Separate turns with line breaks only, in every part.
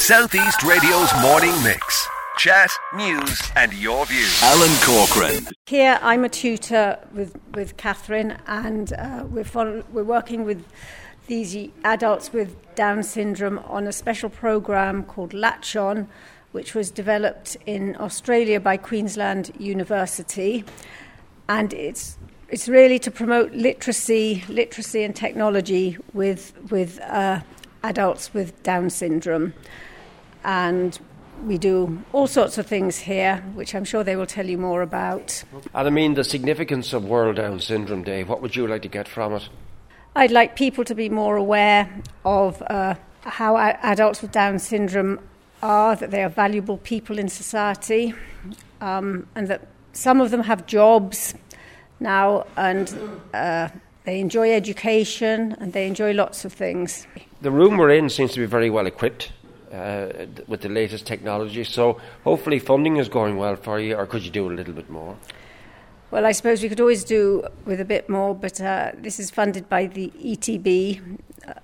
Southeast Radio's morning mix. Chat, news, and your views. Alan Corcoran.
Here, I'm a tutor with, with Catherine, and uh, we're, fol- we're working with these y- adults with Down syndrome on a special program called Latch On, which was developed in Australia by Queensland University. And it's, it's really to promote literacy, literacy and technology with, with uh, adults with Down syndrome. And we do all sorts of things here, which I'm sure they will tell you more about.
And I mean the significance of World Down Syndrome Day. What would you like to get from it?
I'd like people to be more aware of uh, how a- adults with Down syndrome are, that they are valuable people in society, um, and that some of them have jobs now and uh, they enjoy education and they enjoy lots of things.
The room we're in seems to be very well equipped uh, th- with the latest technology, so hopefully funding is going well for you, or could you do a little bit more?
Well, I suppose we could always do with a bit more, but uh, this is funded by the ETB,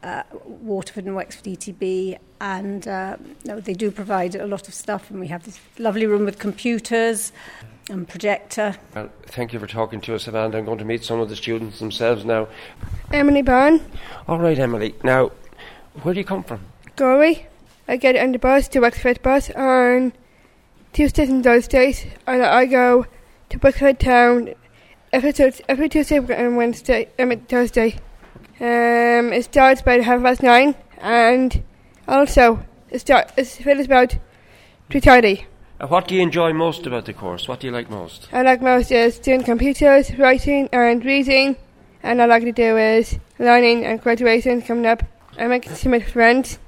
uh, Waterford and Wexford ETB, and uh, no, they do provide a lot of stuff. And we have this lovely room with computers and projector.
Well, thank you for talking to us, Amanda. I'm going to meet some of the students themselves now.
Emily Byrne,
All right, Emily. Now, where do you come from?
Dory. I get on the bus to Wexford bus on Tuesdays and Thursdays, and I go to Wexford town every, Tues- every Tuesday and Wednesday, um, Thursday. Um, it starts about half past nine, and also it start it finishes about three thirty.
Uh, what do you enjoy most about the course? What do you like most?
I like most is doing computers, writing, and reading, and I like to do is learning and graduation coming up. I make so many friends.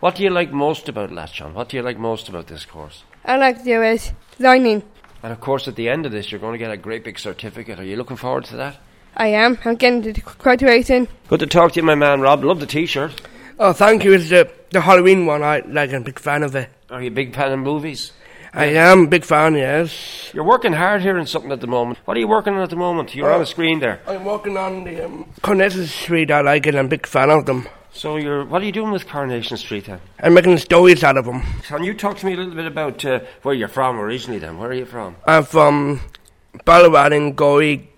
What do you like most about Latch On? What do you like most about this course?
I like to do is learning.
And of course, at the end of this, you're going to get a great big certificate. Are you looking forward to that?
I am. I'm getting to graduation.
Good to talk to you, my man, Rob. Love the T-shirt.
Oh, thank you. It's the, the Halloween one. I like. I'm a big fan of it.
Are you a big fan of movies?
I am a big fan. Yes.
You're working hard here in something at the moment. What are you working on at the moment? You're on a screen there.
I'm working on the um, Cornelis Street. I like it. I'm a big fan of them.
So you're. What are you doing with Coronation Street then?
I'm making stories out of them.
Can you talk to me a little bit about uh, where you're from originally? Then where are you from?
I'm from Ballarat in Gorey,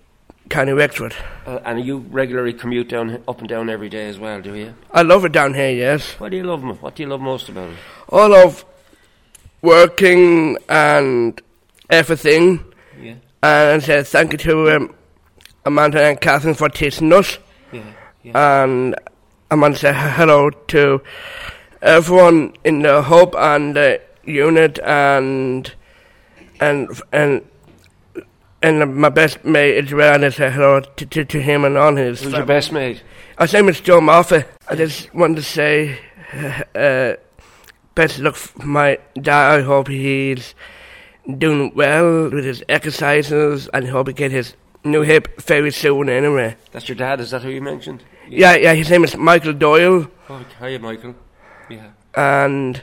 County Wexford.
Uh, and you regularly commute down up and down every day as well, do you?
I love it down here. Yes.
What do you love? mo- What do you love most about it?
All of working and everything.
Yeah.
And I say thank you to um, Amanda and Catherine for teaching us.
Yeah. Yeah.
and I want to say hello to everyone in the hub and the unit and and and and my best mate is well and I say hello to, to, to him and all his.
Who's your best mate?
I say it's Joe Murphy. I just want to say uh, best luck for my dad. I hope he's doing well with his exercises and hope he get his new hip very soon anyway.
That's your dad. Is that who you mentioned?
Yeah, yeah, his name is Michael Doyle,
Oh, hiya, Michael. Yeah.
and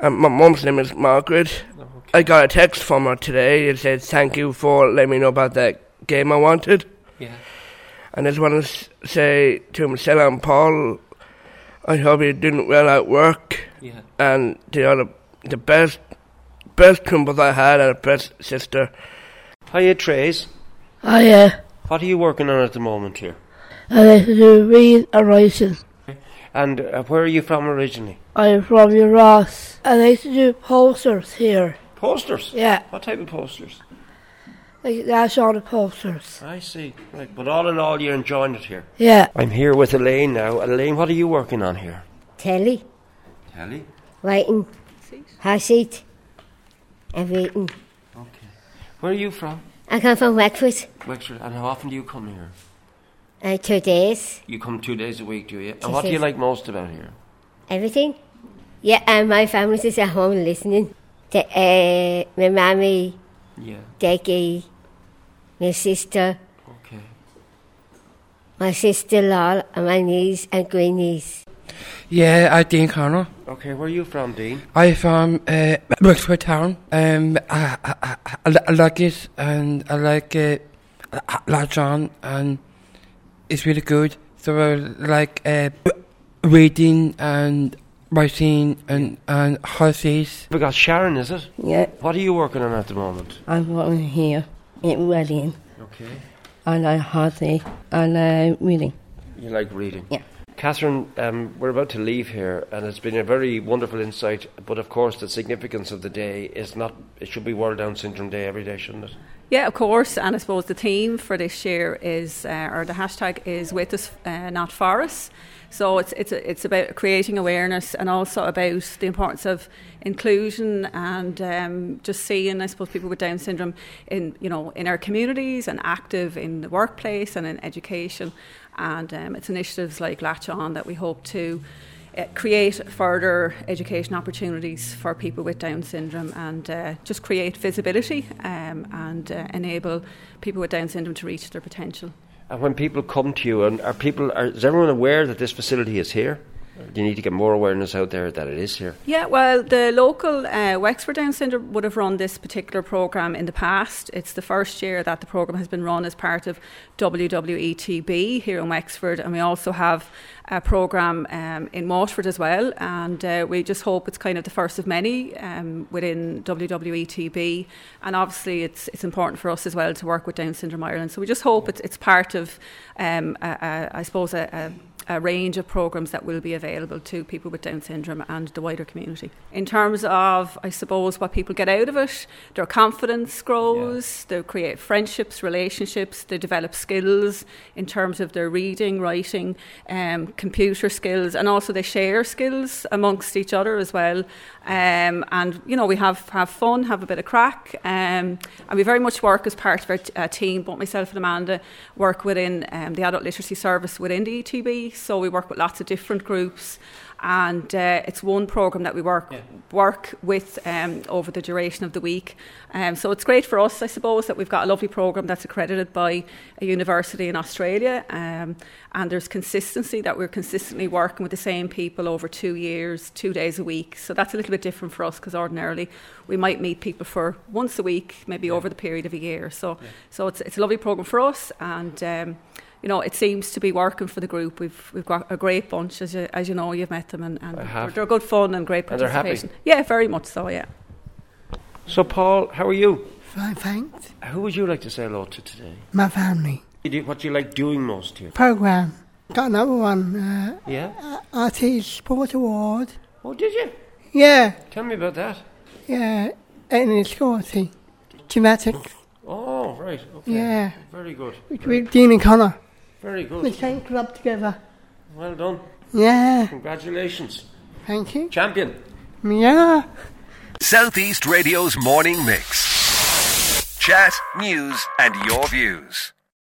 um, my mum's name is Margaret.
Oh, okay.
I got a text from her today. It said, Thank you for letting me know about that game I wanted.
Yeah.
And I just want to s- say to Michelle and Paul, I hope you're doing well at work,
Yeah.
and they are the, the best, best couples I had, and the best sister.
Hiya, Trace.
I uh,
What are you working on at the moment here?
I like to do reading and writing.
And uh, where are you from originally?
I am from Uras. I like to do posters here.
Posters.
Yeah,
What type of posters?
like that's all the posters.
I see. Right. But all in all, you're enjoying it here.
Yeah.
I'm here with Elaine now. Elaine, what are you working on here?
telly,
Telly.
writing, house seat, everything.
Okay. Where are you from?
I come from Wexford
Wexford. And how often do you come here?
uh, two days,
You come two days a week, do you?
Two
And what do you
days.
like most about here?
everything. Yeah, and my family is at home listening. The, uh, my mommy,
Yeah.
Dickie, my sister,
Okay.
my sister-in-law, and my niece and great niece.
Yeah, I Dean Connell.
Okay. Where are you from, Dean?
I from uh, Wexford Town. Um, I, I, I- I, li- I like it, and I like it. I- I like John, and it's really good. So I like uh, reading and writing and, and horses.
We got Sharon, is it?
Yeah,
What are you working on at the moment?
I'm working here in Reading,
Okay.
and I hardly and uh, I'm reading.
You like reading?
Yeah.
Catherine, um, we're about to leave here, and it's been a very wonderful insight. But of course, the significance of the day is not, it should be World Down Syndrome Day every day, shouldn't it?
Yeah, of course. And I suppose the theme for this year is, uh, or the hashtag is with us, uh, not for us. So it's, it's, it's about creating awareness and also about the importance of inclusion and um, just seeing, I suppose, people with Down syndrome in, you know, in our communities and active in the workplace and in education. And um, it's initiatives like Latch On that we hope to uh, create further education opportunities for people with Down syndrome and uh, just create visibility um, and uh, enable people with Down syndrome to reach their potential.
And when people come to you, and are people, are, is everyone aware that this facility is here? Or Do you need to get more awareness out there that it is here?
Yeah, well, the local uh, Wexford Down Centre would have run this particular programme in the past. It's the first year that the programme has been run as part of WWETB here in Wexford, and we also have a programme um, in Waterford as well. And uh, we just hope it's kind of the first of many um, within E WWETB. And obviously, it's it's important for us as well to work with Down Syndrome Ireland. So we just hope it's it's part of, um, a, a, I suppose, a, a a range of programs that will be available to people with Down syndrome and the wider community. In terms of, I suppose, what people get out of it, their confidence grows, they create friendships, relationships, they develop skills in terms of their reading, writing, um, computer skills, and also they share skills amongst each other as well. Um, and, you know, we have, have fun, have a bit of crack, um, and we very much work as part of our t- uh, team, both myself and Amanda work within um, the adult literacy service within the ETB. So we work with lots of different groups, and uh, it's one program that we work work with um, over the duration of the week. Um, so it's great for us, I suppose, that we've got a lovely program that's accredited by a university in Australia, um, and there's consistency that we're consistently working with the same people over two years, two days a week. So that's a little bit different for us because ordinarily we might meet people for once a week, maybe over the period of a year. So so it's it's a lovely program for us and. Um, you know, it seems to be working for the group. We've we've got a great bunch, as you as you know, you've met them, and, and
I
they're,
have.
they're good fun and great
And they're happy.
participation. Yeah, very much so. Yeah.
So, Paul, how are you?
Fine, thanks.
Who would you like to say hello to today?
My family.
You do- What do you like doing most here?
Program. Got another one. Uh,
Yeah?
RT Sport Award.
Oh, did you?
Yeah,
Tell me about that.
yeah. And it's sporty. Gymnastics.
Oh, right. Okay.
Yeah.
Very good.
With Dean and Connor.
Very
We
good.
came club together.
Well done.
Yeah.
Congratulations.
Thank you. 啊
Champion.
Yeah.
Southeast Radio's morning mix. Chat, news, and your views.